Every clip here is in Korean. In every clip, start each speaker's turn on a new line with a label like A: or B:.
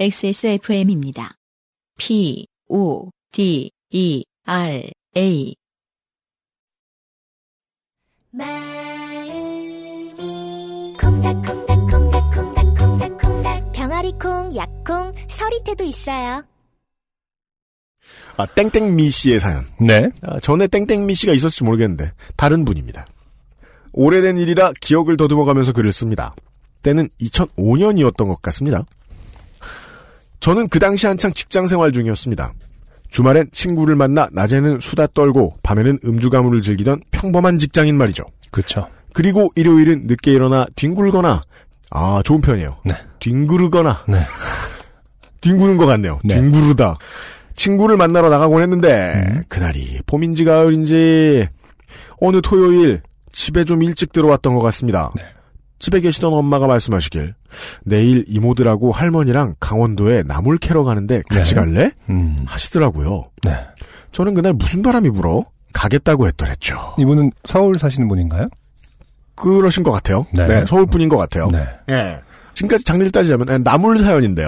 A: XSFM입니다. P, O, D, E, R, A.
B: 마음이 콩닥콩닥콩닥콩닥콩닥 병아리콩, 약콩, 서리태도 있어요.
C: 아, 땡땡미 씨의 사연.
D: 네.
C: 아, 전에 땡땡미 씨가 있었을지 모르겠는데 다른 분입니다. 오래된 일이라 기억을 더듬어가면서 글을 씁니다. 때는 2005년이었던 것 같습니다. 저는 그 당시 한창 직장 생활 중이었습니다. 주말엔 친구를 만나 낮에는 수다 떨고 밤에는 음주 가무를 즐기던 평범한 직장인 말이죠.
D: 그렇죠.
C: 그리고 일요일은 늦게 일어나 뒹굴거나 아 좋은 편이에요.
D: 네.
C: 뒹구르거나
D: 네.
C: 뒹구는 것 같네요.
D: 네.
C: 뒹구르다. 친구를 만나러 나가곤 했는데
D: 음.
C: 그날이 봄인지 가을인지 어느 토요일 집에 좀 일찍 들어왔던 것 같습니다.
D: 네.
C: 집에 계시던 엄마가 말씀하시길 내일 이모들하고 할머니랑 강원도에 나물 캐러 가는데 같이
D: 네.
C: 갈래?
D: 음.
C: 하시더라고요.
D: 네.
C: 저는 그날 무슨 바람이 불어? 가겠다고 했더랬죠.
D: 이분은 서울 사시는 분인가요?
C: 그러신 것 같아요.
D: 네.
C: 네, 서울 분인 것 같아요.
D: 네.
C: 예. 지금까지 장르를 따지자면 예, 나물 사연인데요.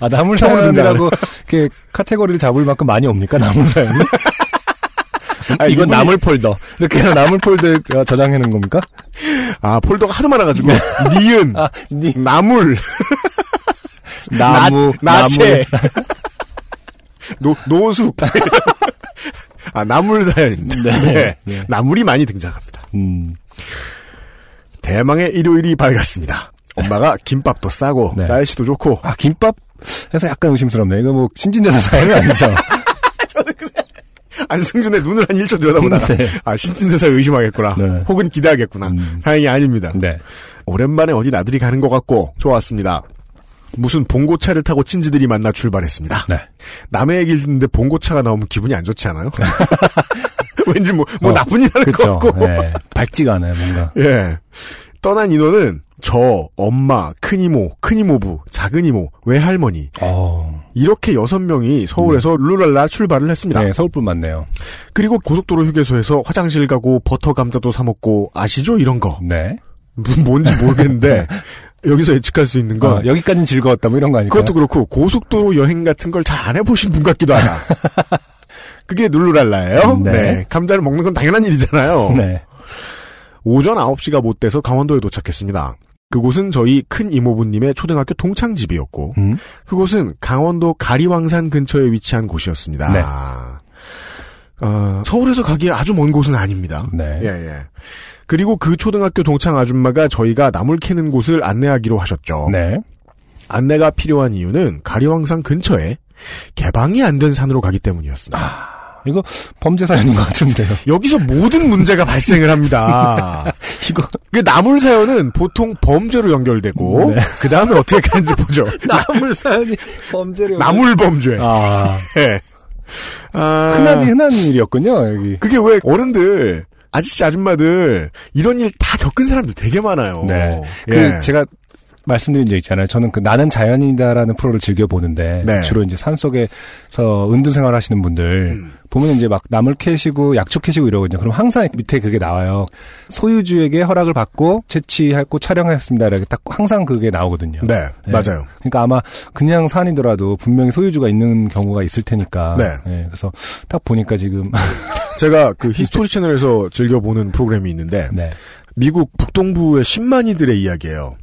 D: 아, 나물
C: 처음
D: 사연이라고 이렇게 카테고리를 잡을 만큼 많이 옵니까? 나물 사연이? 아, 이건 나물 폴더. 이렇게 해서 나물 폴더에 저장해 놓은 겁니까?
C: 아 폴더가 하도 많아가지고 니은
D: 아, 니,
C: 나물
D: 나무,
C: 나, 나체
D: 나물.
C: 노 노숙 아 나물 사연입니다. 네. 나물이 많이 등장합니다.
D: 음,
C: 대망의 일요일이 밝았습니다. 엄마가 김밥도 싸고
D: 네.
C: 날씨도 좋고
D: 아, 김밥? 해서 약간 의심스럽네. 이거 뭐, 신진대사 사연이 아니죠.
C: 안승준의 눈을 한 1초 들여다보다가
D: 네.
C: 아 신진대사 의심하겠구나
D: 네.
C: 혹은 기대하겠구나
D: 음.
C: 다행히 아닙니다.
D: 네.
C: 오랜만에 어디 나들이 가는 것 같고 좋았습니다. 무슨 봉고차를 타고 친지들이 만나 출발했습니다.
D: 네.
C: 남의 얘기를 듣는데 봉고차가 나오면 기분이 안 좋지 않아요? 왠지 뭐, 뭐
D: 어,
C: 나쁜 일 하는
D: 그쵸.
C: 것 같고.
D: 네. 밝지가 않아요, 뭔가.
C: 예. 떠난 인원은 저, 엄마, 큰이모, 큰이모부, 작은이모, 외할머니
D: 어
C: 이렇게 여섯 명이 서울에서 룰랄라 출발을 했습니다.
D: 네, 서울뿐 맞네요.
C: 그리고 고속도로 휴게소에서 화장실 가고 버터 감자도 사 먹고 아시죠 이런 거 뭐,
D: 네.
C: 뭔지 모르겠는데 여기서 예측할 수 있는 건
D: 어, 여기까지는 즐거웠다, 뭐 이런 거 아닐까요?
C: 그것도 그렇고 고속도로 여행 같은 걸 잘 안 해보신 분 같기도 하다. 그게 룰루랄라예요.
D: 네.
C: 네. 감자를 먹는 건 당연한 일이잖아요.
D: 네.
C: 오전 9시가 못 돼서 강원도에 도착했습니다. 그곳은 저희 큰 이모부님의 초등학교 동창집이었고
D: 음.
C: 그곳은 강원도 가리왕산 근처에 위치한 곳이었습니다.
D: 네.
C: 어, 서울에서 가기에 아주 먼 곳은 아닙니다.
D: 네.
C: 예, 예. 그리고 그 초등학교 동창 아줌마가 저희가 나물 캐는 곳을 안내하기로 하셨죠.
D: 네.
C: 안내가 필요한 이유는 가리왕산 근처에 개방이 안 된 산으로 가기 때문이었습니다.
D: 이거 범죄 사연인 것 같은데요.
C: 아, 여기서 모든 문제가 발생을 합니다.
D: 이거
C: 그 나물 사연은 보통 범죄로 연결되고
D: 네.
C: 그 다음에 어떻게 가는지 보죠.
D: 나물 사연이 범죄로.
C: 나물 범죄.
D: 아
C: 예. 아,
D: 흔하디 흔한 일이었군요 여기.
C: 그게 왜 어른들 아저씨 아줌마들 이런 일 다 겪은 사람들 되게 많아요.
D: 네. 그
C: 예.
D: 제가 말씀드린 적 있잖아요. 저는 그 나는 자연이다라는 프로를 즐겨 보는데
C: 네.
D: 주로 이제 산 속에서 은둔 생활하시는 분들 보면 이제 막 나물 캐시고 약초 캐시고 이러거든요. 그럼 항상 밑에 그게 나와요. 소유주에게 허락을 받고 채취하고 촬영했습니다. 이렇게 딱 항상 그게 나오거든요.
C: 네,
D: 예.
C: 맞아요.
D: 그러니까 아마 그냥 산이더라도 분명히 소유주가 있는 경우가 있을 테니까.
C: 네.
D: 예, 그래서 딱 보니까 지금
C: 제가 그 히스토리 채널에서 즐겨 보는 프로그램이 있는데
D: 네.
C: 미국 북동부의 10만이들의 이야기예요.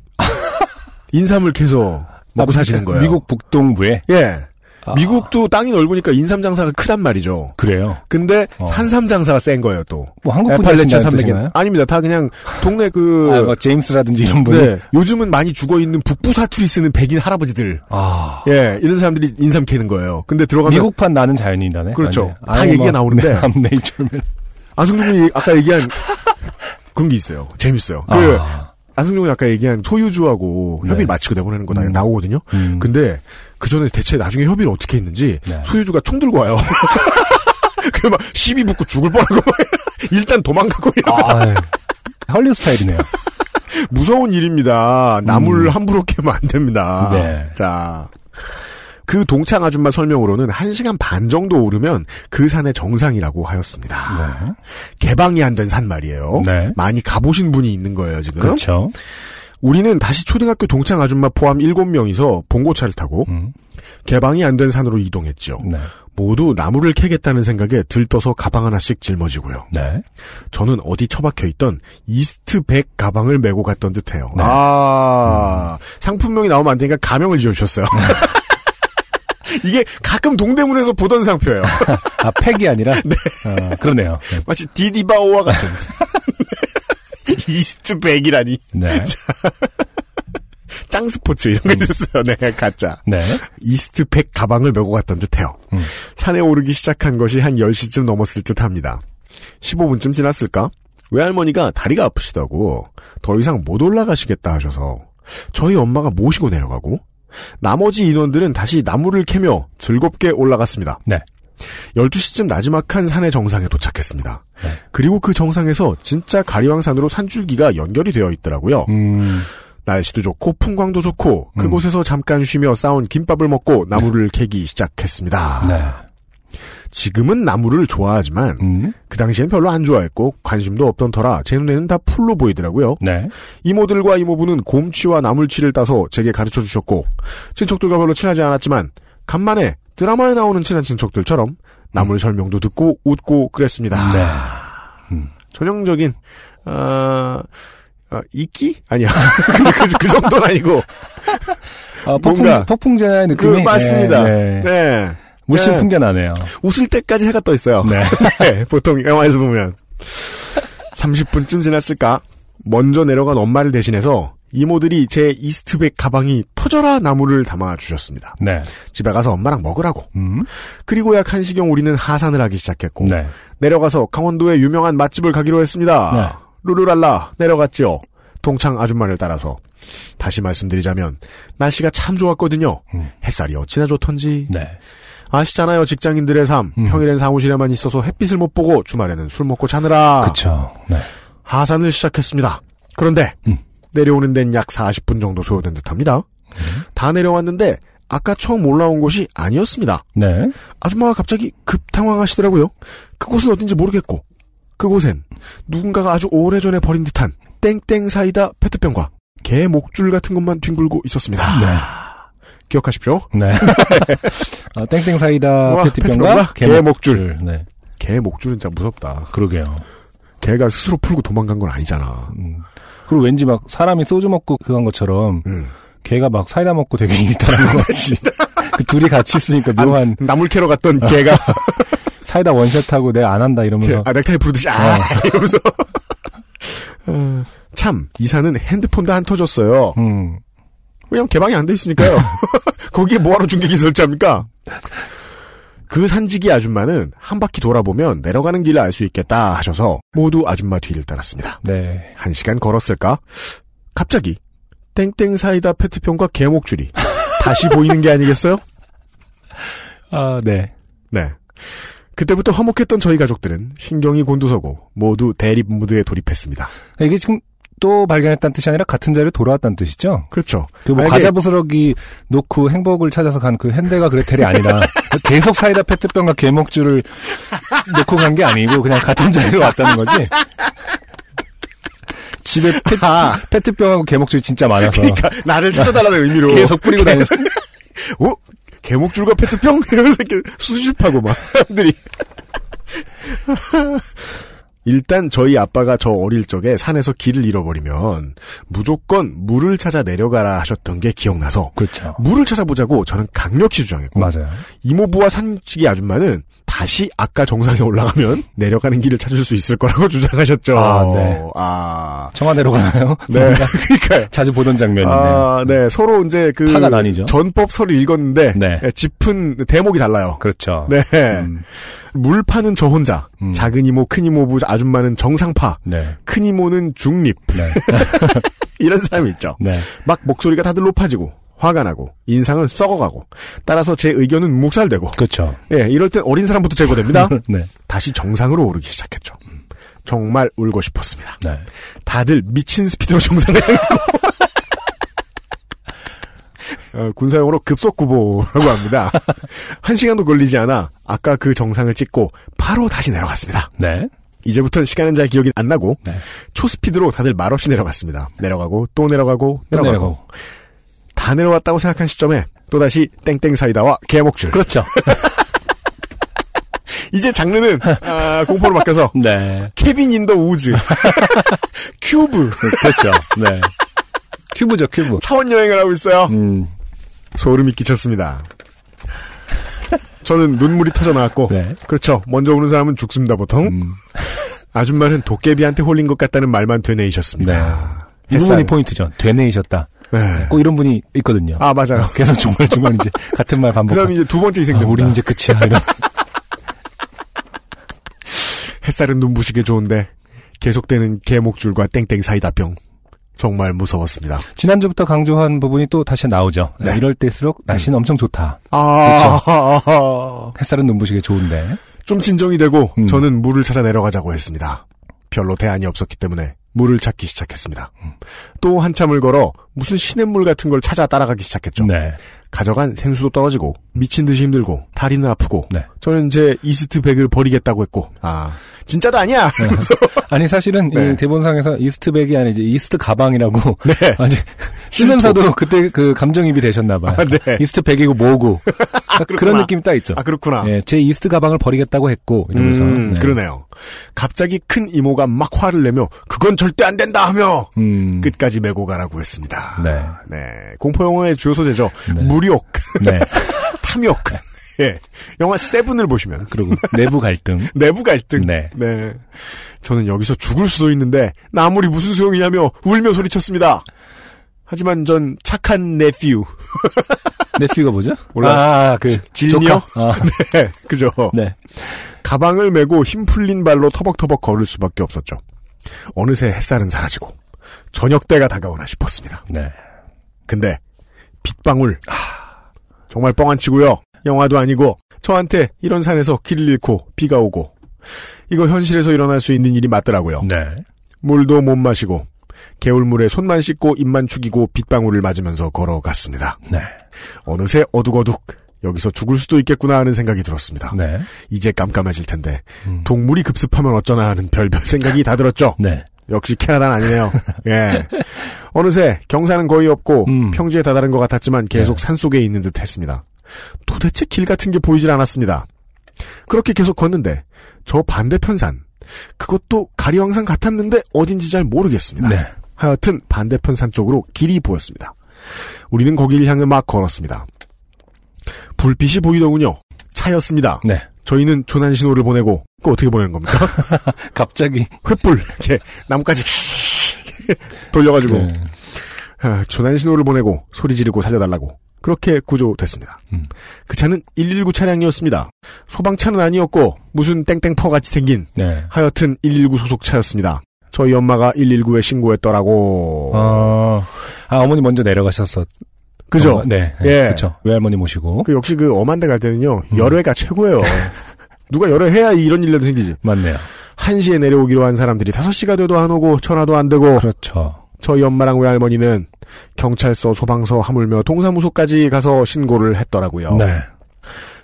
C: 인삼을 캐서 먹고
D: 아,
C: 뭐 사시는 거예요.
D: 미국 북동부에
C: 예.
D: 아,
C: 미국도 땅이 넓으니까 인삼 장사가 크단 말이죠.
D: 그래요.
C: 근데
D: 어.
C: 산삼 장사가 센 거예요 또.
D: 뭐 한국 분이
C: 에팔레치
D: 하신다는
C: 300엔.
D: 뜻인가요?
C: 아닙니다. 다 그냥 동네 그
D: 아, 뭐 제임스라든지 이런 분이
C: 네. 요즘은 많이 죽어 있는 북부 사투리 쓰는 백인 할아버지들.
D: 아
C: 예, 이런 사람들이 인삼 캐는 거예요. 근데 들어가면
D: 미국판 나는 자연인다네. 뭐
C: 그렇죠. 다 얘기가 나오는데.
D: 암네이처면.
C: 안승준 군이 아까 얘기한 그런 게 있어요. 재밌어요. 그
D: 아,
C: 안승준 군이 아까 얘기한 소유주하고
D: 네.
C: 협의를 마치고 내보내는 거 나-
D: 음.
C: 나오거든요.
D: 음.
C: 근데 그 전에 대체 나중에 협의를 어떻게 했는지
D: 네.
C: 소유주가 총 들고 와요. 그막 시비 붙고 죽을 뻔하고 막 일단 도망가고 이런
D: 아, 예. 헐리우드 스타일이네요.
C: 무서운 일입니다. 나물
D: 음.
C: 함부로 캐면 안 됩니다.
D: 네.
C: 자. 그 동창 아줌마 설명으로는 1시간 반 정도 오르면 그 산의 정상이라고 하였습니다. 개방이 안 된 산 말이에요.
D: 네.
C: 많이 가보신 분이 있는 거예요, 지금.
D: 그렇죠.
C: 우리는 다시 초등학교 동창 아줌마 포함 7명이서 봉고차를 타고
D: 음,
C: 개방이 안 된 산으로 이동했지요.
D: 네.
C: 모두 나무를 캐겠다는 생각에 들떠서 가방 하나씩 짊어지고요.
D: 네.
C: 저는 어디 처박혀 있던 이스트 백 가방을 메고 갔던 듯해요.
D: 네.
C: 아 상품명이 나오면 안 되니까 가명을 지어주셨어요. 이게 가끔 동대문에서 보던 상표예요.
D: 아, 팩이 아니라?
C: 네.
D: 어, 그러네요.
C: 마치 디디바오와 같은 이스트 백이라니
D: 네.
C: 짱 스포츠 이런 거 있었어요. 네 가짜
D: 네.
C: 이스트 백 가방을 메고 갔던 듯해요.
D: 음.
C: 산에 오르기 시작한 것이 한 10시쯤 넘었을 듯합니다. 15분쯤 지났을까? 외할머니가 다리가 아프시다고 더 이상 못 올라가시겠다 하셔서 저희 엄마가 모시고 내려가고 나머지 인원들은 다시 나무를 캐며 즐겁게 올라갔습니다.
D: 네.
C: 12시쯤 나지막한 산의 정상에 도착했습니다.
D: 네.
C: 그리고 그 정상에서 진짜 가리왕산으로 산줄기가 연결이 되어 있더라고요.
D: 음,
C: 날씨도 좋고 풍광도 좋고
D: 음.
C: 그곳에서 잠깐 쉬며 싸운 김밥을 먹고 나무를 캐기 시작했습니다.
D: 네.
C: 지금은 나무를 좋아하지만
D: 음,
C: 그 당시엔 별로 안 좋아했고 관심도 없던 터라 제 눈에는 다 풀로 보이더라고요.
D: 네.
C: 이모들과 이모부는 곰취와 나물치를 따서 제게 가르쳐 주셨고 친척들과 별로 친하지 않았지만 간만에 드라마에 나오는 친한 친척들처럼 나물 설명도 듣고 웃고 그랬습니다.
D: 음.
C: 아,
D: 네.
C: 전형적인 아, 아, 이끼 아니야 근데 그, 그 정도는 아니고
D: 아, 폭풍,
C: 뭔가.
D: 폭풍자의 느낌이.
C: 그 맞습니다.
D: 네, 네.
C: 네.
D: 물씬
C: 네.
D: 풍겨나네요.
C: 웃을 때까지 해가 떠 있어요.
D: 네.
C: 네, 보통 영화에서 보면 30분쯤 지났을까 먼저 내려간 엄마를 대신해서 이모들이 제 이스트백 가방이 터져라 나무를 담아 주셨습니다.
D: 네.
C: 집에 가서 엄마랑 먹으라고.
D: 음,
C: 그리고 약 한시경 우리는 하산을 하기 시작했고
D: 네.
C: 내려가서 강원도의 유명한 맛집을 가기로 했습니다.
D: 네.
C: 루루랄라 내려갔지요. 동창 아줌마를 따라서 다시 말씀드리자면 날씨가 참 좋았거든요.
D: 음.
C: 햇살이 어찌나 좋던지
D: 네.
C: 아시잖아요 직장인들의 삶
D: 음.
C: 평일엔 사무실에만 있어서 햇빛을 못 보고 주말에는 술 먹고 자느라
D: 그쵸. 네.
C: 하산을 시작했습니다 그런데
D: 음.
C: 내려오는 데는 약 40분 정도 소요된 듯합니다
D: 음.
C: 다 내려왔는데 아까 처음 올라온 곳이 아니었습니다
D: 네.
C: 아줌마가 갑자기 급 당황하시더라고요 그곳은 어딘지 모르겠고 그곳엔 누군가가 아주 오래전에 버린 듯한 땡땡 사이다 페트병과 개 목줄 같은 것만 뒹굴고 있었습니다 기억하십시오
D: 네. 아, 땡땡 사이다
C: 우와,
D: 페트병과
C: 페트병과
D: 개
C: 개
D: 목줄. 네.
C: 개 목줄은 진짜 무섭다
D: 그러게요.
C: 걔가 스스로 풀고 도망간 건 아니잖아.
D: 음. 그리고 왠지 막 사람이 소주 먹고 그한 것처럼
C: 음.
D: 개가 막 사이다 먹고 되게 일탈하는 것 같이. 그 둘이 같이 있으니까 묘한 아,
C: 나물 캐러 갔던 걔가
D: 사이다 원샷하고 내가 안 한다 이러면서.
C: 아, 넥타이 부르듯이 아 이러면서 어, 참 이사는 핸드폰도 안 터졌어요.
D: 음.
C: 왜냐면 개방이 안 돼 있으니까요. 거기에 뭐하러 중계기 설치합니까? 그 산지기 아줌마는 한 바퀴 돌아보면 내려가는 길을 알 수 있겠다 하셔서 모두 아줌마 뒤를 따랐습니다.
D: 네.
C: 한 시간 걸었을까? 갑자기 땡땡 사이다 페트병과 개목줄이 다시 보이는 게 아니겠어요?
D: 아, 네.
C: 네. 그때부터 화목했던 저희 가족들은 신경이 곤두서고 모두 대립 무드에 돌입했습니다.
D: 이게 지금 또 발견했다는 뜻이 아니라 같은 자리로 돌아왔다는 뜻이죠?
C: 그렇죠.
D: 그 뭐
C: 만약에-
D: 과자 부스러기 놓고 행복을 찾아서 간 그 핸델과 그레텔이 아니라 계속 사이다 페트병과 개목줄을 놓고 간 게 아니고 그냥 같은 자리로 왔다는 거지. 집에 페,
C: 아.
D: 트병하고 개목줄이 진짜 많아서
C: 그러니까 나를 찾아달라는 의미로
D: 계속 뿌리고 다니는
C: 어? 개목줄과 페트병 이러면서 이렇게 수줍하고 막 사람들이 일단 저희 아빠가 저 어릴 적에 산에서 길을 잃어버리면 무조건 물을 찾아 내려가라 하셨던 게 기억나서
D: 그렇죠.
C: 물을 찾아보자고 저는 강력히 주장했고
D: 맞아요.
C: 이모부와 산치기 아줌마는 다시 아까 정상에 올라가면 내려가는 길을 찾을 수 있을 거라고 주장하셨죠.
D: 아, 네.
C: 아,
D: 청와대로 가나요?
C: 네. 그러니까요.
D: 자주 보던 장면인데.
C: 아, 네. 서로 이제 그
D: 파가 나뉘죠.
C: 전법서를 읽었는데
D: 네.
C: 예, 짚은 대목이 달라요.
D: 그렇죠.
C: 네.
D: 음,
C: 물 파는 저 혼자.
D: 음.
C: 작은 이모, 큰 이모부 아줌마는 정상파.
D: 네.
C: 큰 이모는 중립.
D: 네.
C: 이런 사람이 있죠.
D: 네.
C: 막 목소리가 다들 높아지고 화가 나고 인상은 썩어가고 따라서 제 의견은 묵살되고
D: 그렇죠.
C: 예, 이럴 땐 어린 사람부터 제거됩니다.
D: 네.
C: 다시 정상으로 오르기 시작했죠. 정말 울고 싶었습니다.
D: 네.
C: 다들 미친 스피드로 정상을 고 어, 군사용어로 급속구보라고 합니다. 한 시간도 걸리지 않아 아까 그 정상을 찍고 바로 다시 내려갔습니다.
D: 네.
C: 이제부터는 시간은 잘 기억이 안 나고
D: 네.
C: 초스피드로 다들 말없이 내려갔습니다. 내려가고 또 내려가고
D: 또
C: 내려가고
D: 내려가고.
C: 다 내려왔다고 생각한 시점에 또다시 땡땡 사이다와 개목줄.
D: 그렇죠.
C: 이제 장르는 아, 공포로 바뀌어서
D: 네.
C: 케빈 인더 우즈, 큐브
D: 그렇죠. 네. 큐브죠, 큐브.
C: 차원 여행을 하고 있어요.
D: 음,
C: 소름이 끼쳤습니다. 저는 눈물이 터져 나왔고
D: 네.
C: 그렇죠. 먼저 오는 사람은 죽습니다 보통.
D: 음.
C: 아줌마는 도깨비한테 홀린 것 같다는 말만 되뇌이셨습니다.
D: 이 부분이 포인트죠. 되뇌이셨다.
C: 네.
D: 꼭 이런 분이 있거든요.
C: 아 맞아요.
D: 계속 중간중간 이제 같은 말
C: 그
D: 반복.
C: 사람이 이제 두 번째
D: 아,
C: 희생됩니다.
D: 우린 이제 끝이야. 이런.
C: 햇살은 눈부시게 좋은데 계속되는 개목줄과 땡땡 사이다병 정말 무서웠습니다.
D: 지난주부터 강조한 부분이 또 다시 나오죠.
C: 네.
D: 이럴 때일수록 날씨는 엄청 좋다.
C: 아,
D: 햇살은 눈부시게 좋은데.
C: 좀 진정이 되고
D: 음.
C: 저는 물을 찾아 내려가자고 했습니다. 별로 대안이 없었기 때문에 물을 찾기 시작했습니다.
D: 음.
C: 또 한참을 걸어 무슨 시냇물 같은 걸 찾아 따라가기 시작했죠.
D: 네. 음.
C: 가져간 생수도 떨어지고 미친 듯이 힘들고 다리는 아프고
D: 네.
C: 저는 제 이스트 백을 버리겠다고 했고 아 진짜도 아니야.
D: 네.
C: 그래서
D: 아니 사실은
C: 네.
D: 이 대본상에서 이스트백이 아니 이제 이스트 가방이라고
C: 네.
D: 아니 쓰면서도 그때 그 감정입이 되셨나 봐요.
C: 아, 네. 아,
D: 이스트백이고 뭐고 딱 그런
C: 그렇구나.
D: 느낌이 딱 있죠.
C: 아 그렇구나.
D: 예, 제 이스트 가방을 버리겠다고 했고 이러면서
C: 음,
D: 네.
C: 그러네요. 갑자기 큰 이모가 막 화를 내며 그건 절대 안 된다 하며
D: 음,
C: 끝까지 메고 가라고 했습니다.
D: 네.
C: 공포 영화의 주요 소재죠.
D: 네.
C: 무력,
D: 네.
C: 탐욕. 예. 영화 세븐을 보시면
D: 그리고 내부 갈등.
C: 내부 갈등.
D: 네.
C: 저는 여기서 죽을 수도 있는데 나 아무리 무슨 소용이냐며 울며 소리쳤습니다. 하지만 전 착한 네퓨.
D: 네피가 뭐죠?
C: 몰라.
D: 아, 그
C: 지- 진리요?
D: 조커? 아,
C: 네, 그죠.
D: 네.
C: 가방을 메고 힘 풀린 발로 터벅터벅 걸을 수밖에 없었죠. 어느새 햇살은 사라지고 저녁 때가 다가오나 싶었습니다.
D: 네.
C: 근데 빗방울 하, 정말 뻥안 치고요. 영화도 아니고 저한테 이런 산에서 길을 잃고 비가 오고 이거 현실에서 일어날 수 있는 일이 맞더라고요.
D: 네.
C: 물도 못 마시고 개울물에 손만 씻고 입만 축이고 빗방울을 맞으면서 걸어갔습니다.
D: 네.
C: 어느새 어둑어둑 여기서 죽을 수도 있겠구나 하는 생각이 들었습니다.
D: 네.
C: 이제 깜깜해질 텐데
D: 음.
C: 동물이 급습하면 어쩌나 하는 별별 생각이 다 들었죠.
D: 네.
C: 역시 캐나다는 아니네요. 예. 어느새 경사는 거의 없고
D: 음.
C: 평지에 다다른 것 같았지만 계속
D: 네.
C: 산속에 있는 듯 했습니다. 도대체 길 같은 게 보이질 않았습니다. 그렇게 계속 걷는데 저 반대편 산 그것도 가리왕산 같았는데 어딘지 잘 모르겠습니다.
D: 네.
C: 하여튼 반대편 산 쪽으로 길이 보였습니다. 우리는 거기를 향해 막 걸었습니다. 불빛이 보이더군요. 차였습니다.
D: 네.
C: 저희는 조난 신호를 보내고 그 어떻게 보내는 겁니까?
D: 갑자기
C: 횃불 이렇게 나뭇가지 돌려가지고
D: 네.
C: 아, 조난 신호를 보내고 소리 지르고 살려달라고 그렇게 구조됐습니다.
D: 음.
C: 그 차는 119 차량이었습니다. 소방차는 아니었고 무슨 땡땡퍼 같이 생긴
D: 네.
C: 하여튼 119 소속 차였습니다. 저희 엄마가 119에 신고했더라고.
D: 어. 아, 어머니 먼저 내려가셨었.
C: 그죠?
D: 어, 네.
C: 예.
D: 그죠. 외할머니 모시고.
C: 그 역시 그 엄한데 갈 때는요
D: 음.
C: 열애가 최고예요. 누가 열애해야 이런 일도 생기지.
D: 맞네요.
C: 1시에 내려오기로 한 사람들이 5시가 돼도 안 오고 전화도 안 되고
D: 그렇죠.
C: 저희 엄마랑 외할머니는 경찰서, 소방서, 하물며 동사무소까지 가서 신고를 했더라고요.
D: 네.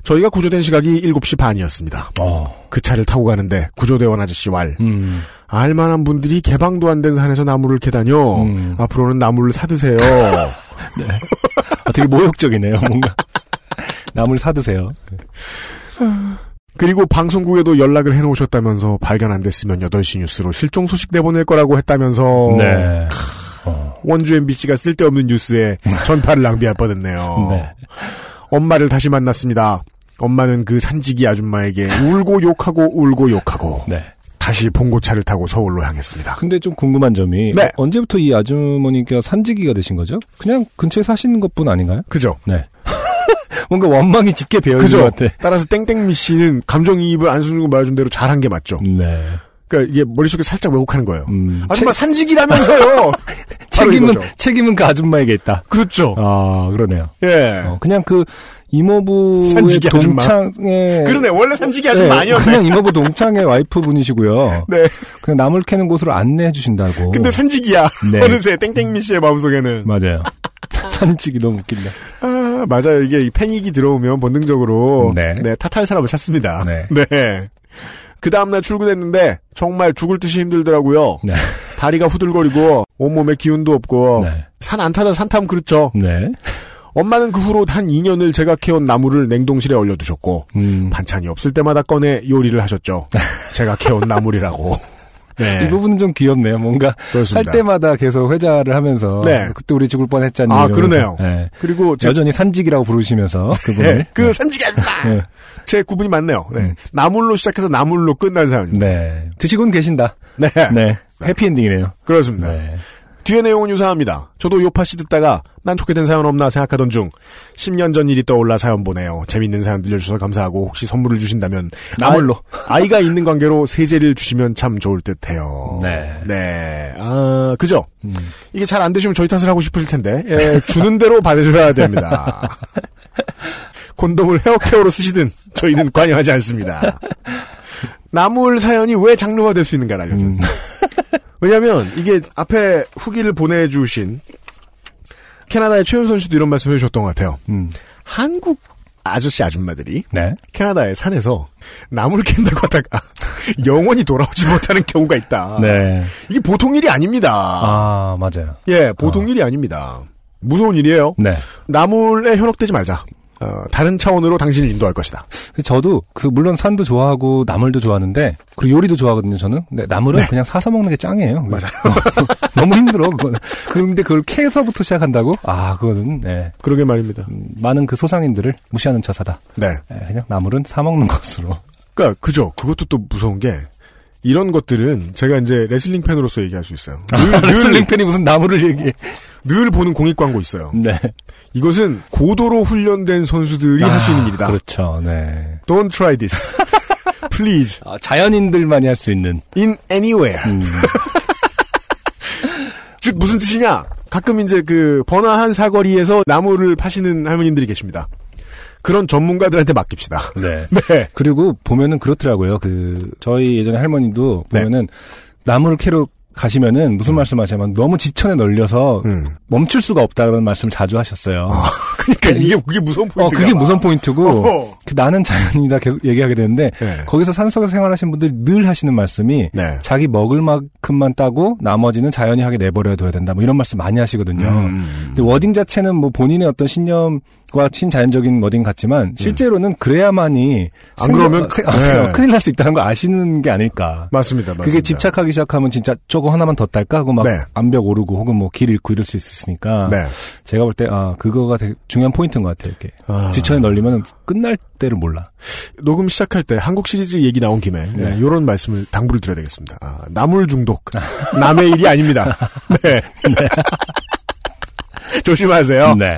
C: 저희가 구조된 시각이 7시 반이었습니다.
D: 어.
C: 그 차를 타고 가는데 구조대원 아저씨 왈
D: 음.
C: 알만한 분들이 개방도 안 된 산에서 나무를 캐다녀
D: 음.
C: 앞으로는 나무를 사드세요.
D: 아, 되게 모욕적이네요, 뭔가. 나물 사드세요.
C: 그리고 방송국에도 연락을 해놓으셨다면서 발견 안 됐으면 8시 뉴스로 실종 소식 내보낼 거라고 했다면서
D: 네.
C: 원주 MBC가 쓸데없는 뉴스에 전파를 낭비할 뻔했네요.
D: 네.
C: 엄마를 다시 만났습니다. 엄마는 그 산지기 아줌마에게 울고 욕하고 울고 욕하고
D: 네.
C: 다시 봉고차를 타고 서울로 향했습니다.
D: 아, 근데 좀 궁금한 점이.
C: 네.
D: 언제부터 이 아주머니가 산지기가 되신 거죠? 그냥 근처에 사시는 것 뿐 아닌가요?
C: 그죠?
D: 네. 뭔가 원망이 짙게 배어있는
C: 그죠?
D: 것 같아.
C: 따라서 땡땡미 씨는 감정이입을 안승준 말해준 대로 잘한 게 맞죠.
D: 네.
C: 그러니까 이게 머릿속에 살짝 왜곡하는 거예요.
D: 음.
C: 아줌마 산지기라면서요.
D: 채-
C: 바로
D: 책임은,
C: 이거죠.
D: 책임은 그 아줌마에게 있다.
C: 그렇죠.
D: 아, 그러네요.
C: 예.
D: 어, 그냥 그 이모부의
C: 산지기 아줌마.
D: 동창에
C: 그러네. 원래 산지기
D: 네,
C: 아줌마 아니었네.
D: 그냥 이모부 동창의 와이프분이시고요.
C: 네.
D: 그냥 나물 캐는 곳으로 안내해 주신다고.
C: 근데 산지기야.
D: 네.
C: 어느새 땡땡미 씨의 마음속에는
D: 맞아요. 산지기 너무 웃긴다.
C: 아, 맞아요. 이게 이 패닉이 들어오면 본능적으로
D: 네.
C: 네, 탓할 사람을 찾습니다.
D: 네.
C: 네. 그 다음날 출근했는데 정말 죽을 듯이 힘들더라고요.
D: 네.
C: 다리가 후들거리고 온몸에 기운도 없고
D: 네.
C: 산 안 타다 산타면 그렇죠.
D: 네.
C: 엄마는 그 후로 한 2년을 제가 캐온 나무를 냉동실에 얼려두셨고
D: 음.
C: 반찬이 없을 때마다 꺼내 요리를 하셨죠. 제가 캐온 나물이라고. 네.
D: 이 부분은 좀 귀엽네요. 뭔가
C: 그렇습니다.
D: 할 때마다 계속 회자를 하면서
C: 네.
D: 그때 우리 죽을 뻔했잖니.
C: 아, 그러네요.
D: 이러면서. 네.
C: 그리고 제,
D: 여전히 산직이라고 부르시면서 그분을.
C: 예, 그 산지가 임마!
D: 네.
C: 제 구분이 맞네요. 네.
D: 음.
C: 나물로 시작해서 나물로 끝난 사연입니다.
D: 네. 드시곤 계신다.
C: 네.
D: 네. 해피엔딩이네요.
C: 그렇습니다.
D: 네.
C: 뒤에 내용은 유사합니다. 저도 요파씨 듣다가 난 좋게 된 사연 없나 생각하던 중 10년 전 일이 떠올라 사연 보내요. 재밌는 사연 들려주셔서 감사하고 혹시 선물을 주신다면
D: 나물로.
C: 아, 이가 있는 관계로 세제를 주시면 참 좋을 듯해요.
D: 네. 음.
C: 네. 아 그죠. 이게 잘 안 되시면 저희 탓을 하고 싶으실 텐데 예, 주는 대로 받으셔야 됩니다. 콘돔을 헤어케어로 쓰시든 저희는 관여하지 않습니다. 나물 사연이 왜 장르화 될 수 있는가를 알려줘요.
D: 음.
C: 왜냐면 하 이게 앞에 후기를 보내주신 캐나다의 최윤선 씨도 이런 말씀 해주셨던 것 같아요.
D: 음.
C: 한국 아저씨 아줌마들이
D: 네.
C: 캐나다의 산에서 나무를 캔다고 하다가 영원히 돌아오지 못하는 경우가 있다.
D: 네.
C: 이게 보통 일이 아닙니다.
D: 아, 맞아요.
C: 예, 보통 일이 아닙니다. 무서운 일이에요.
D: 네.
C: 나물에 현혹되지 말자. 어, 다른 차원으로 당신을 인도할 것이다.
D: 저도 그 물론 산도 좋아하고 나물도 좋아하는데 그리고 요리도 좋아하거든요. 저는 근데 나물은 그냥 사서 먹는 게 짱이에요.
C: 네. 맞아요.
D: 너무 힘들어. 그거는. 그런데 그걸 캐서부터 시작한다고? 아, 그거는 네.
C: 그러게 말입니다.
D: 음, 많은 그 소상인들을 무시하는 처사다.
C: 네. 그러니까
D: 예, 그냥 나물은 사 먹는 것으로.
C: 그니까, 그죠. 그것도 또 무서운 게, 이런 것들은 제가 이제 레슬링 팬으로서 얘기할 수 있어요. 늘, 늘,
D: 아, 레슬링 팬이 무슨 나물을 얘기해?
C: 늘 보는 공익 광고 있어요.
D: 네.
C: 이것은 고도로 훈련된 선수들이 할 수 있는 일이다.
D: 그렇죠. 네.
C: Don't try this. Please.
D: 아, 자연인들만이 할 수 있는.
C: In anywhere.
D: 음,
C: 즉, 무슨 뜻이냐? 가끔 이제 그 번화한 사거리에서 나무를 파시는 할머님들이 계십니다. 그런 전문가들한테 맡깁시다.
D: 네.
C: 네.
D: 그리고 보면은 그렇더라고요. 그 저희 예전에 할머니도
C: 네.
D: 보면은 나무를 캐러 가시면은 무슨 말씀하시냐면 너무 지천에 널려서
C: 음. 아,
D: 멈출 수가 없다는 말씀을 자주 하셨어요.
C: 그니까 그러니까 이게, 그게 무서운 포인트가.
D: 어, 그게 무선 포인트고
C: 어.
D: 그 나는 자연이다 계속 얘기하게 되는데
C: 네.
D: 거기서 산속에서 생활하신 분들이 늘 하시는 말씀이
C: 네.
D: 자기 먹을 만큼만 따고 나머지는 자연이 하게 내버려 둬야 된다. 뭐 이런 말씀 많이 하시거든요.
C: 음.
D: 근데 워딩 자체는 뭐 본인의 어떤 신념과 친자연적인 워딩 같지만 실제로는 그래야만이
C: 음. 안 그러면
D: 생-
C: 그-
D: 아, 생-
C: 네.
D: 큰일 날 수 있다는 걸 아시는 게 아닐까.
C: 맞습니다. 맞습니다.
D: 그게 집착하기 시작하면 진짜 저거 하나만 더 딸까 하고 막
C: 네.
D: 암벽 오르고 혹은 뭐 길 잃고 이럴 수 있으니까
C: 네.
D: 제가 볼 때 아 그거가 되게 중요한 포인트인 것 같아요. 이렇게
C: 아.
D: 지천에 널리면 끝날 때를 몰라.
C: 녹음 시작할 때 한국 시리즈 얘기 나온 김에
D: 네.
C: 이런 말씀을 당부를 드려야 되겠습니다. 아, 나물 중독 남의 일이 아닙니다. 네. 조심하세요.
D: 네.